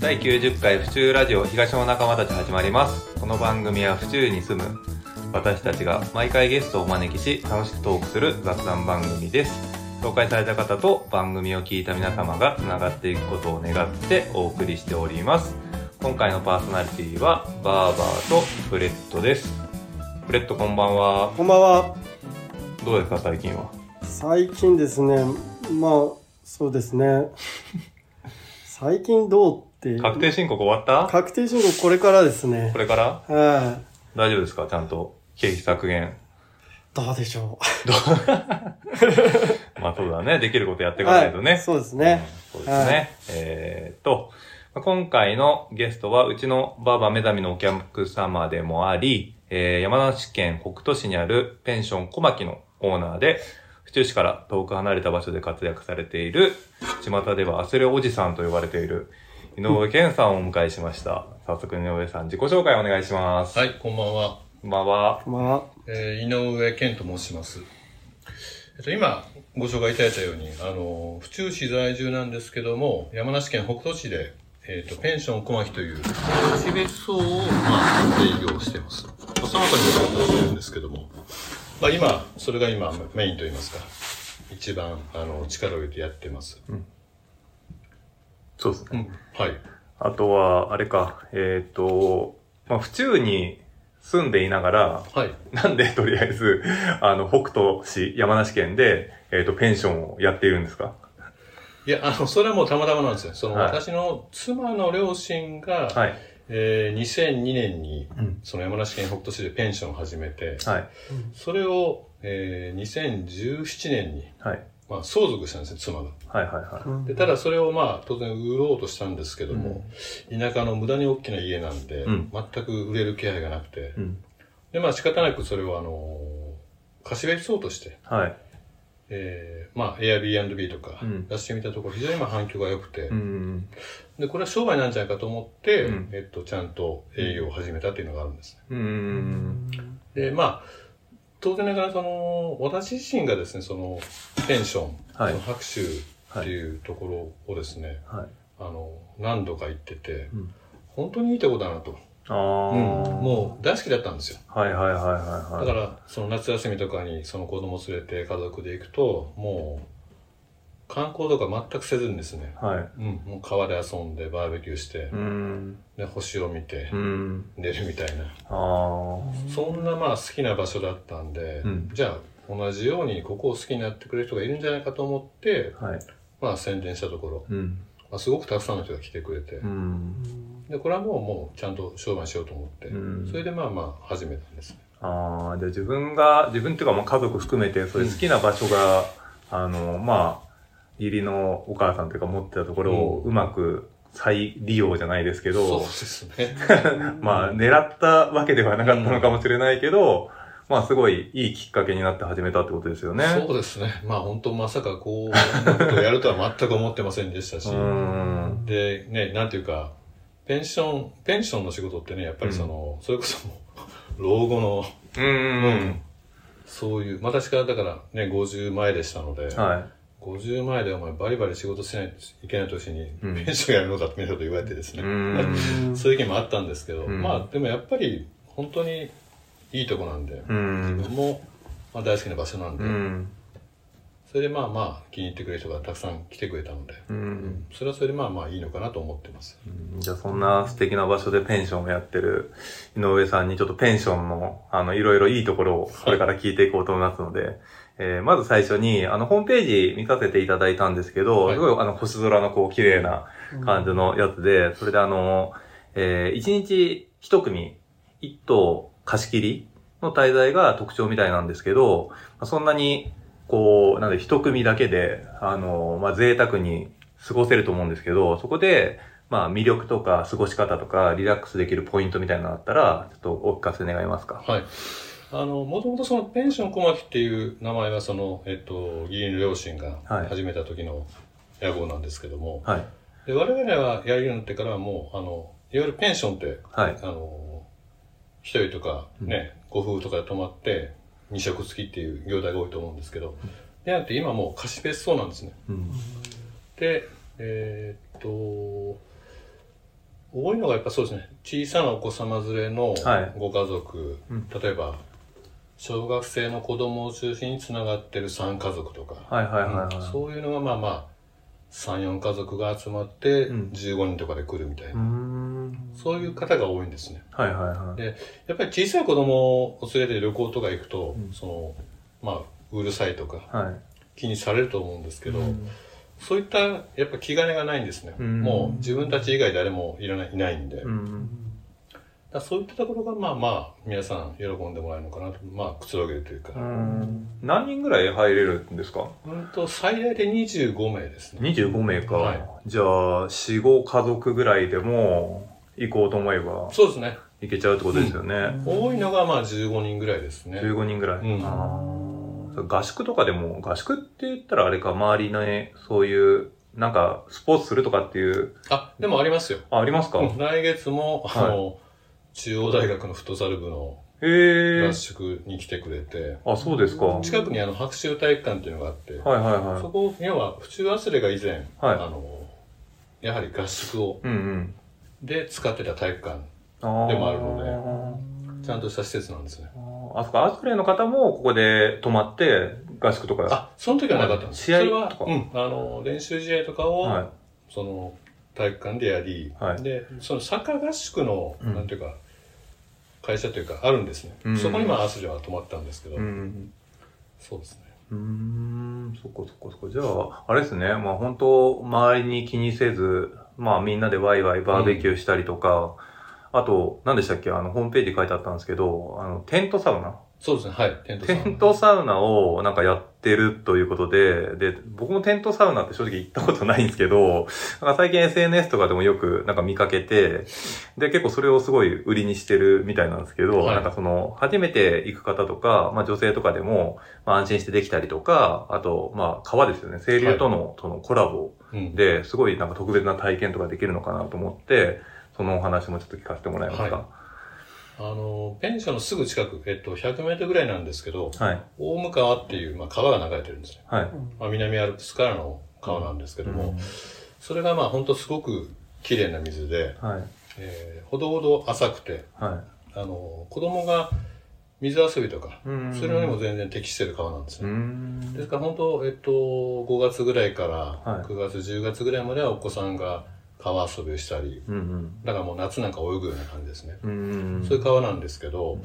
第90回府中ラジオ東の仲間たち始まります。この番組は府中に住む私たちが毎回ゲストをお招きし楽しくトークする雑談番組です。紹介された方と番組を聞いた皆様がつながっていくことを願ってお送りしております。今回のパーソナリティはバーバーとフレットです。フレットこんばんは。こんばんは。どうですか最近は。最近ですね、まあ、そうですね。最近どうって。確定申告終わった確定申告これからですねこ。れからはい、大丈夫ですかちゃんと経費削減。どうでしょまあそうだね。できることやってう。いかないとね。はいそうですね。うん。そうですね。はいえーっと、まあ今回のゲストは、うちのバーバーメダミのお客様でもあり、えー山梨県北杜市にあるペンション小牧のオーナーで、府中市から遠く離れた場所で活躍されている、巷では焦れおじさんと呼ばれている、井上健さんをお迎えしました。早速井上さん、自己紹介お願いします。はい、こんばんは。こんばんは。まあ、えー井上健と申します。えっと、今、ご紹介いただいたように、あの、府中市在住なんですけども、山梨県北杜市で、えっ、と、ペンション小牧という、市別荘を、まあ、営業してます。まあその他にも活動してるんですけども、まあ、今、それが今、メインといいますか、一番、あの、力を入れてやってます。そうですねうん。はい。あとは、あれか、えーっ、と、まあ、府中に住んでいながら、はい。なんでとりあえず、あの、北斗市、山梨県で、えーっ、と、ペンションをやっているんですかいや、あの、それはもうたまたまなんですよ。その、はい私の妻の両親が、はい。えー2002年にうん、その山梨県北杜市でペンションを始めて、はい。それを、えー2017年に、はい。まあ、相続したんですね、妻が。はいはいはうんで、ただそれをまあ、当然売ろうとしたんですけども、田舎の無駄に大きな家なんで、うん全く売れる気配がなくてい。う、ん。で、まあ仕方なくそれをあのー貸し別荘として、はい。えーまあ、Airbnb とかうん出してみたところ、非常にまあ反響が良くて、うん。で、これは商売なんじゃないかと思って、うんえっと、ちゃんと営業を始めたっていうのがあるんですうね。ん。で、まあ、当然ながら、その、私自身がですね、その、ペンション、はいその白州っていうところをですね、はい。あの、何度か行ってて、うん本当にいいとこだなと、ああ、もう大好きだったんですよ。う。はいはいはいはいはだい。から、その夏休みとかに、その子供連れて家族で行くと、もう、観光とか全くせずにですね、はい。うん、もう川で遊んでバーベキューしてう、ん。で、星を見てう、ん。寝るみたいな。ああ。そんなまあ好きな場所だったんで、うんじゃあ同じようにここを好きになってくれる人がいるんじゃないかと思って、はい。まあ宣伝したところ、うん。まあ、すごくたくさんの人が来てくれて、うん。で、これはもうもうちゃんと商売しようと思って、うんそれでまあまあ始めたんです。ああ、じゃあ自分が、自分っていうかもう家族含めて、そういう好きな場所が、あの、まあ、義理のお母さんというか持ってたところをううまく再利用じゃないですけそうどで、すね。まあ、狙ったわけではなかったのかもしれないけど、まあ、すごいいいきっかけになって始めたってことですよね。そうですね。まあ本当まさかこう、こんなことをやるとは全く思ってませんでしたし、うーん。で、ね、なんていうか、ペンション、ペンションの仕事ってね、やっぱりその、それこそもう老後の、うーん。そういう、私がだからね、50前でしたので、は50前でお前バリバリ仕事しないといけない年に、うんペンションやるのかってみたいなこと言われてですい。うね、ーん。そういう意見もあったんですけど、うんまあでもやっぱり本当にいいとこなんで、うー自ん。分も、まあ、大好きな場所なんで、うん。それでまあまあ気に入ってくれる人がたくさん来てくれたので、うん。それはそれでまあまあいいのかなと思ってます。うんじゃあそんな素敵な場所でペンションをやってる井上さんにちょっとペンションのあのいろいろいいところをこれから聞いていこうと思いますので、えーまず最初にあのホームページ見させていただいたんですけど、はいすごいあの星空のこう綺麗な感じのやつで、それであの、え1日1組1棟貸し切りの滞在が特徴みたいなんですけど、まあそんなにこう、なんで1組だけで、あの、まあ、贅沢に過ごせると思うんですけど、そこで、まあ魅力とか過ごし方とかリラックスできるポイントみたいなのあったら、ちょっとお聞かせ願いますか。はい。あの、もともとそのペンション小牧っていう名前はその、えっと、義理の両親がはい始めた時の野号なんですけども、はい。で我々はやるようになってからはもうあのいわゆるペンションってはい。あの一人とかね、ご夫婦とかで泊まって2食付きっていう業態が多いと思うんですけど、でなんて今もう貸し別荘なんですねうん。でえーっと多いのがやっぱそうですね。小さなお子様連れのはいご家族、うん例えば、小学生の子供を中心につながってる3家族とか、はいはいはいうんはい。そういうのがまあまあ、3、4家族が集まって、うん15人とかで来るみたいうーな、ん。そういう方が多いんですね。はいはいはい。やっぱり小さい子供を連れて旅行とか行くと、うんその、まあ、うるさいとかはい。気にされると思うんですけど、うんそういったやっぱ気兼ねがないんですね。うんもう自分たち以外誰もいらないいないんで、うだかん。らそういったところがまあまあ皆さん喜んでもらえるのかなと、まあくつろげるというか、ううん、ん。何人ぐらい入れるんですかと最大で25名ですね。 ?25 名か。はいじゃあ、4、5家族ぐらいでも行こうと思えばそうですね。行けちゃうってことですよね。多いのがまあ15人ぐらいですね。 15人ぐらい。うんあー合宿とかでも、合宿って言ったらあれか、周りのね、そういう、なんか、スポーツするとかっていう、あ、でもありますよ。あ、ありますか、うん来月も、はいあの、中央大学のフットサル部のへえ合。宿に来てくれて、あ、そうですか。はい近くにあの白州体育館っていうのがあっはて、いはそこ、要は、府中アスレが以前、はいあの、やはり合宿を、い。うんうん。で使ってた体育館、でもでもあるのちゃんとした施設なんですね。あーあそこ、アスプレイの方もここで泊まって合宿とか。あ、その時はなかったんです試合それはとか、うん、あの、練習試合とかを、はその、体育館でやり、はいで、そのサッカー合宿の、うんなんていうか、会社というか、あるんですね。うんそこにまあ、アスレは泊まったんですけど、い。うん。そうですね。うーん、そっかそっかそっか。じゃあ、あれですね、まあ本当、周りに気にせず、まあみんなでワイワイバーベキューしたりとか、あと、何でしたっけ、あの、ホームページ書いてあったんですけど、あの、テントサウナそうですね、はい、テントさテん。ントサウナをなんかやってるということで、で、僕もテントサウナって正直行ったことないんですけど、 なんか最近 SNS とかでもよくなんか見かけて、で、結構それをすごい売りにしてるみたいなんですけど、はいなんかその、初めて行く方とか、まあ女性とかでも、まあ安心してできたりとか、あと、まあ川ですよね、清流との、とのコラボうん、で、すごいなんか特別な体験とかできるのかなと思って、そのお話もちょっと聞かせてもらえますか。あの、ペンションのすぐ近く、えっと、100メートルぐらいなんですけど、はい。大向川っていう、まあ、川が流れてるんですね。はい。まあ、南アルプスからの川なんですけども、うんそれがまあ本当すごく綺麗な水で、はい。えーほどほど浅くて、はあの、子供が水遊びとか、い。うんそれにも全然適してる川なんですうね。んですから本当、えっと、5月ぐらいかはらい9月、10月ぐらいまではお子さんが川遊びをしたり、うんだからもう夏なんか泳ぐような感じですね。うん。うんんそういう川なんですけど、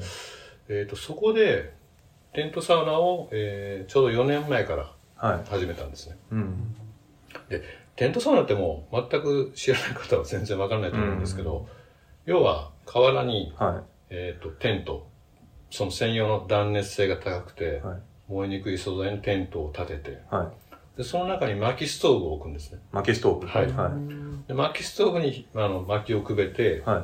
えっと、そこで、テントサウナを、えーちょうど4年前からはい。始めたんですね。うん。テントサウナってもう全く知らない方は全然わからないと思うんですけど、要は河原に、はえっとテントその専用の断熱性が高くて、い。はい。燃えにくい素材のテントを立ててはい。でその中に薪ストーブを置くんですね薪ストーブ。はいはで薪ストーブにあの薪をくべてい。、はい。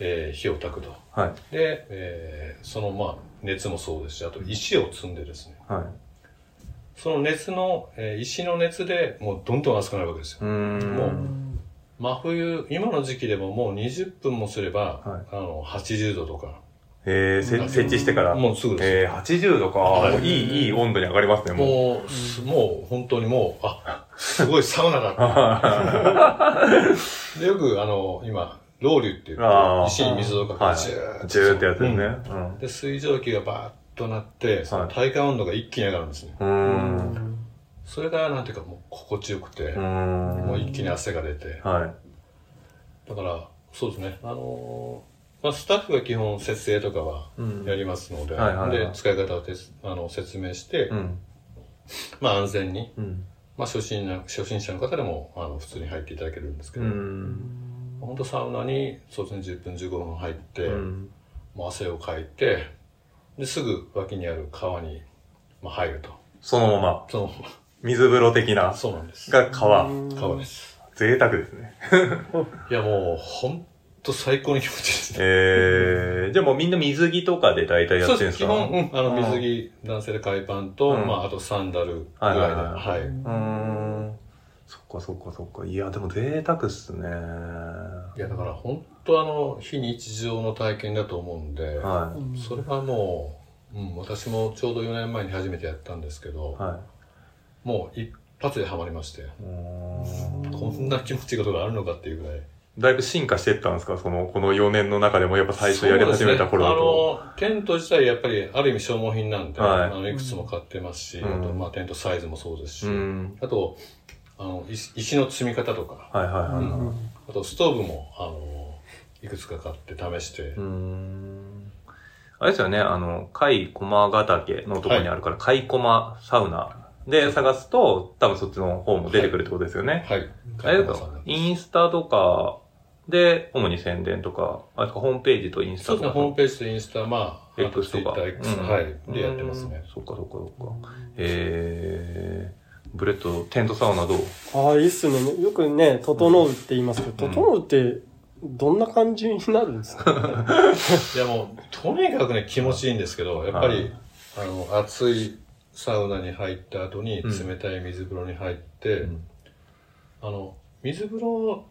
えー火を焚くとはい。で、えーそのまあ熱もそうですしあと石を積んでですねはい。その熱の、えー石の熱でもうどんどん熱くなるわけですようーん。もう真冬、今の時期でももう20分もすれば、はいあの、80度とか、えー、せ設置してから。もうすぐです。えー、80度か。はいもういい、いい温度に上がりますね、もう。もう、すもう本当にもう、あ、すごいサウ ナだっはて。でよく、あの、今、ロウリュって言あーって、石に水をかけて、ジューい。ジューってやつですね。うんで、水蒸気がバーッとなって、そのはい体感温度が一気に上がるんですね。うん。うーん。それが、なんていうか、もう心地よくて、うーん。もう一気に汗が出て。はい。だから、そうですね、あのーまあ、スタッフが基本設営とかは、うんやりますので、はいはいはいで使い方をてつあの説明して、うん。まあ安全に、うん。まあ、初心な初心者の方でもあの普通に入っていただけるんですけうど、ん。本当サウナにそうですね10分15分入って、うん。もう汗をかいてですぐ脇にある川に、まあ、入るとそのまま、そ水風呂的なう、 そうなんですが川。川です贅沢ですね。いやもう本当最高に気持ちいいですねえー、じゃあもうみんな水着とかで大体やってるそうんでですすか基本、うん、あのうん水着、男性で海パンと、うんまあ、あとサンダルぐらはいいで、はいはいはいうーん。そっかそっかそっか。いや、でも贅沢っすね。いやだから本当あの非日常の体験だと思うんで、はそれはもう、うん、私もちょうど4年前に初めてやったんですけど、い。はもう一発でハマりましてい。うーんこんな気持ちいいことがあるのかっていうぐらいだいぶ進化してったんですかその、この4年の中でもやっぱ最初やり始めた頃だと。そうですねあの、テント自体やっぱりある意味消耗品なんで、はいい、あのいくつも買ってますし、うんあとまあテントサイズもそうですし、うん。あと、あの石石の積み方とか、はいはいはい。うんあとストーブも、あの、いくつか買って試して、うーんあれですよね、あの、貝駒ヶ岳のところにあるから、貝駒サウナで探すと、多分そっちの方も出てくるってことですよね。はい。あれですか、インスタとかで、主に宣伝とか、あれですか、ホームページとインスタそうとですね、か。ホームページとインスタ、まあ、 X とか。ツイッター X、うんはい。でやってますねう。んそっかそっかそっか。えー、ブレッド、テントサウナどうああ、いいっすね。よくね、整うって言いますけど、うん整うってどんな感じになるんですかいや、もう、とにかくね、気持ちいいんですけど、やっぱり、あの、暑いサウナに入った後に、うん冷たい水風呂に入って、うんあの、水風呂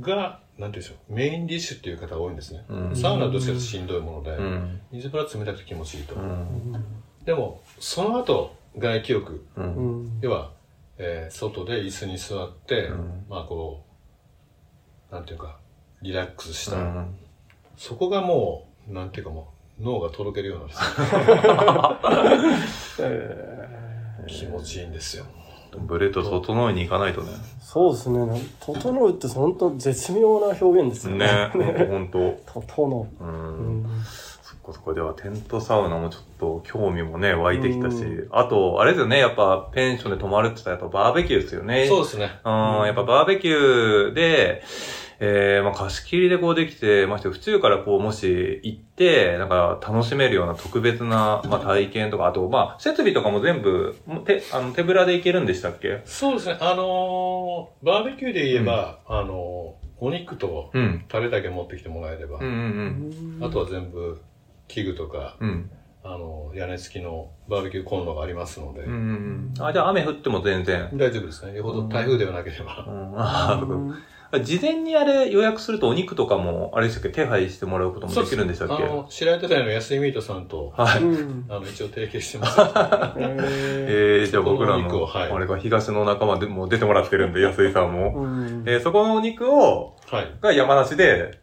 が、なんていうんでしょう、メインディッシュっていう方が多いんですね。うんサウナとしてはしんどいもので、うん。水風呂は冷たくて気持ちいいと。うん。でも、その後、外気浴、うん。ううんん要は、えー外で椅子に座って、うんまあこう、なんていうか、リラックスした、そこがもう、なんていうかもう、脳がとろけるようなんですよ気持ちいいんですよ。ブレッド整えに行かないとね。そうですね。整うって本当絶妙な表現ですよね。 ね、ほんとほんと。整うう。んうんそこそこではテントサウナもちょっと興味もね、湧いてきたしう、あと、あれですよね、やっぱペンションで泊まるって言ったらやっぱバーベキューですよね。そううですね。ん、やっぱバーベキューで、えー、まあ貸し切りでこうできて、まして府中からこうもし行って、なんか楽しめるような特別な、まあ体験とか、あと、まあ設備とかも全部、も手、あの手ぶらで行けるんでしたっけそうですね。あのーバーベキューで言えば、あのーお肉とうん。タレだけ持ってきてもらえれば、うんうんあとは全部、器具とか、うん。うん。あのー屋根付きのバーベキューコンロがありますので、うんうんうん。あ、じゃあ雨降っても全然。大丈夫ですね。よほど台風ではなければ。うん、あーそうか事前にあれ予約するとお肉とかも、あれでしたっけ手配してもらうこともできるんでしたっけあの、白井手台の安井ミートさんと、はうい。 んあの、一応提携し てます。はええー、じゃあ僕らそこのお肉の、をはいあれが東の仲間でもう出てもらってるんで、安井さんーも。うんえー、そこのお肉を、い。が山梨で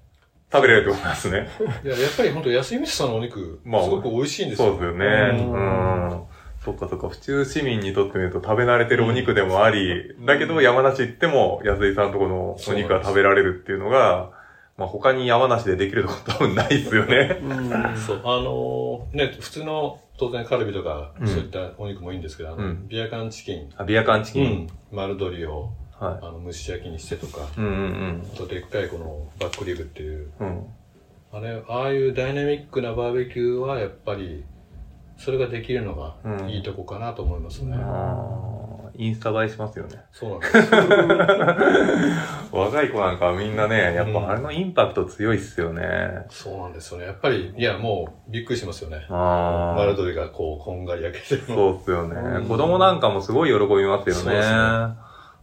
食べれるってことなんですね。いや、やっぱり本当安井ミートさんのお肉、まあすごく美味しいんですそうよ。ですよね。ううんん。そっかそっか、府中市民にとってみると食べ慣れてるお肉でもあり、だけど山梨行っても安井さんとこのお肉が食べられるっていうのが、まあ他に山梨でできるとこ多分ないですよね。うんそう。あのーね、普通の、当然カルビとか、うんそういったお肉もいいんですけど、あの、うんビア缶チキン、あビア缶チキうン。ん、丸鶏を、はいあ。の、蒸し焼きにしてとか、うんうんあとでっかいこのバックリブっていう、うん。うん。あれ、ああいうダイナミックなバーベキューは、やっぱり、それができるのうがんいいとこかなと思いますね。あーインスタ映えしますよね。そうなんです。若い子なんかはみんなね、やっうんぱあれのインパクト強いっすよね。そうなんですよね。やっぱり、いや、もう、びっくりしますよね。あ丸あ。鶏がこう、こんがり焼けてるの。そうっすようんね。子供なんかもすごい喜びますよね。そうですね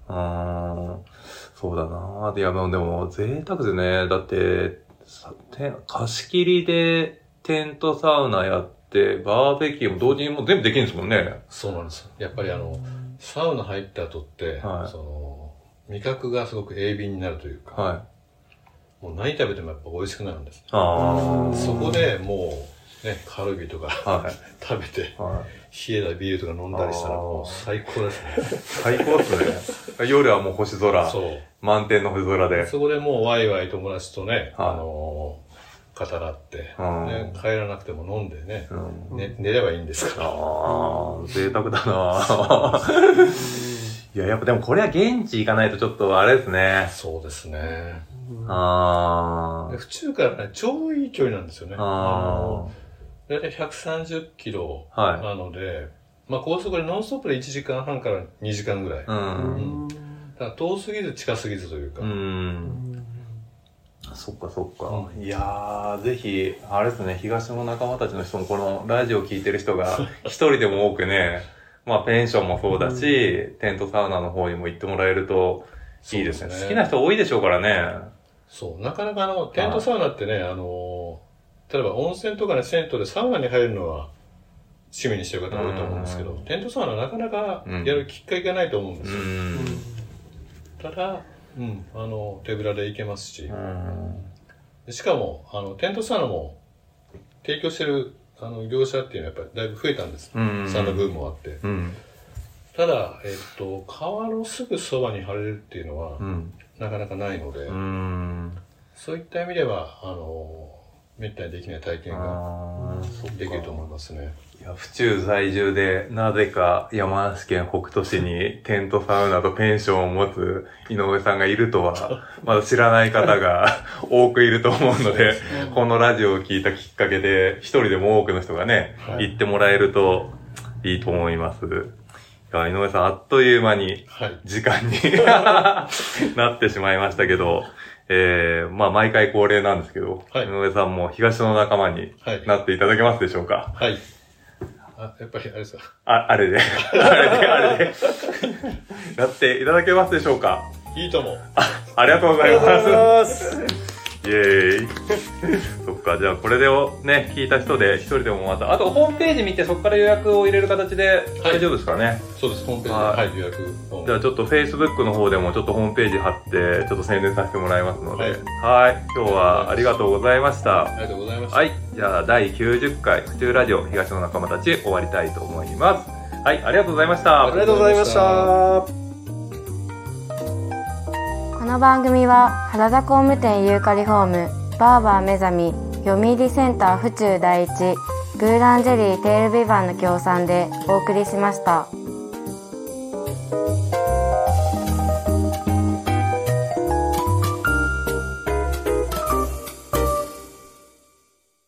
あーそうだなーいや、でも、でも贅沢ですね。だって、さて貸し切りでテントサウナやって、バーベキューも同時にもう全部できるんですもんね。そうなんですよ。やっぱりあの、サウナ入った後って、はいその、味覚がすごく鋭敏になるというか、はい。もう何食べてもやっぱ美味しくなるんですね。あそこでもう、ね、カルビとか あ。はい。食べて、はい冷えたビールとか飲んだりしたらあーもう最高ですね。 最高っすね。夜はもう星空。そう。満点の星空で。そこでもうワイワイ友達とね、はいあのー語らって、うんね、帰らなくても飲んでね、うん、ね寝ればいいんですから。ああ、贅沢だな いや、やっぱでもこれは現地行かないとちょっとあれですね。そうですね。あで府中からね、ちょうどいい距離なんですよね。あ。のあだいたい130キロあ。はなので、まあ高速でノンストップで1時間半から2時間ぐらい。い。うだん。から遠すぎず近すぎずというか。うん。そっかそっか。うんいやー、ぜひ、あれですね、東の仲間たちの人も、このラジオ聞いてる人が、一人でも多くね、まあ、ペンションもそうだし、テントサウナの方にも行ってもらえると、いいですね。そう好きな人多いでしょうからね。そう、なかなかあの、テントサウナってね、あのー、例えば温泉とかね、銭湯でサウナに入るのは趣味にしてる方多いと思うんですけど、うんテントサウナなかなかうんやるきっかけがないと思うんでうすよ。ん。ただ、うん、あの、手ぶらで行けますしう、ん。でしかも、あの、テントサウナも提供してる、あの、業者っていうのはやっぱりだいぶ増えたんです。うん。サウナブームもあって。うん。ただ、えっと、川のすぐそばに張れるっていうのはう、ん。なかなかないので、うん。そういった意味では、あの、めったにできない体験があーそっかできると思いますね。いや、府中在住で、なぜか山梨県北杜市にテントサウナとペンションを持つ井上さんがいるとは、まだ知らない方が 多くいると思うので、このラジオを聞いたきっかけで、一人でも多くの人がね、はい。行ってもらえるといいと思います。いや、井上さん、あっという間にはい。時間に なってしまいましたけど、えー、まあ、毎回恒例なんですけど、はい井上さんも東の仲間にはい。なっていただけますでしょうかはい。あ、やっぱりあれさ、あ、あれで。あれで、あれで。なっていただけますでしょうかいいとも。ありがとうございありがとうごまざいます。す。イェーイ。そっか、じゃあこれでをね、聞いた人で一人でもまた、あとホームページ見てそこから予約を入れる形で大丈夫ですかね、そうです、ホームペーはジで、はい、予約を。じゃあちょっと Facebook の方でもちょっとホームページ貼って、ちょっと宣伝させてもらいますので、はいはい今日はありがとうございましたあ。りがとうございました。はい。じゃあ、第90回、府中ラジオ東の仲間たち終わりたいと思います。はい、ありがとうございました。ありがとうございました。この番組は原田工務店ユーカリホームバーバー目覚み読売センター府中第一ブーランジェリーテールビバンの協賛でお送りしました。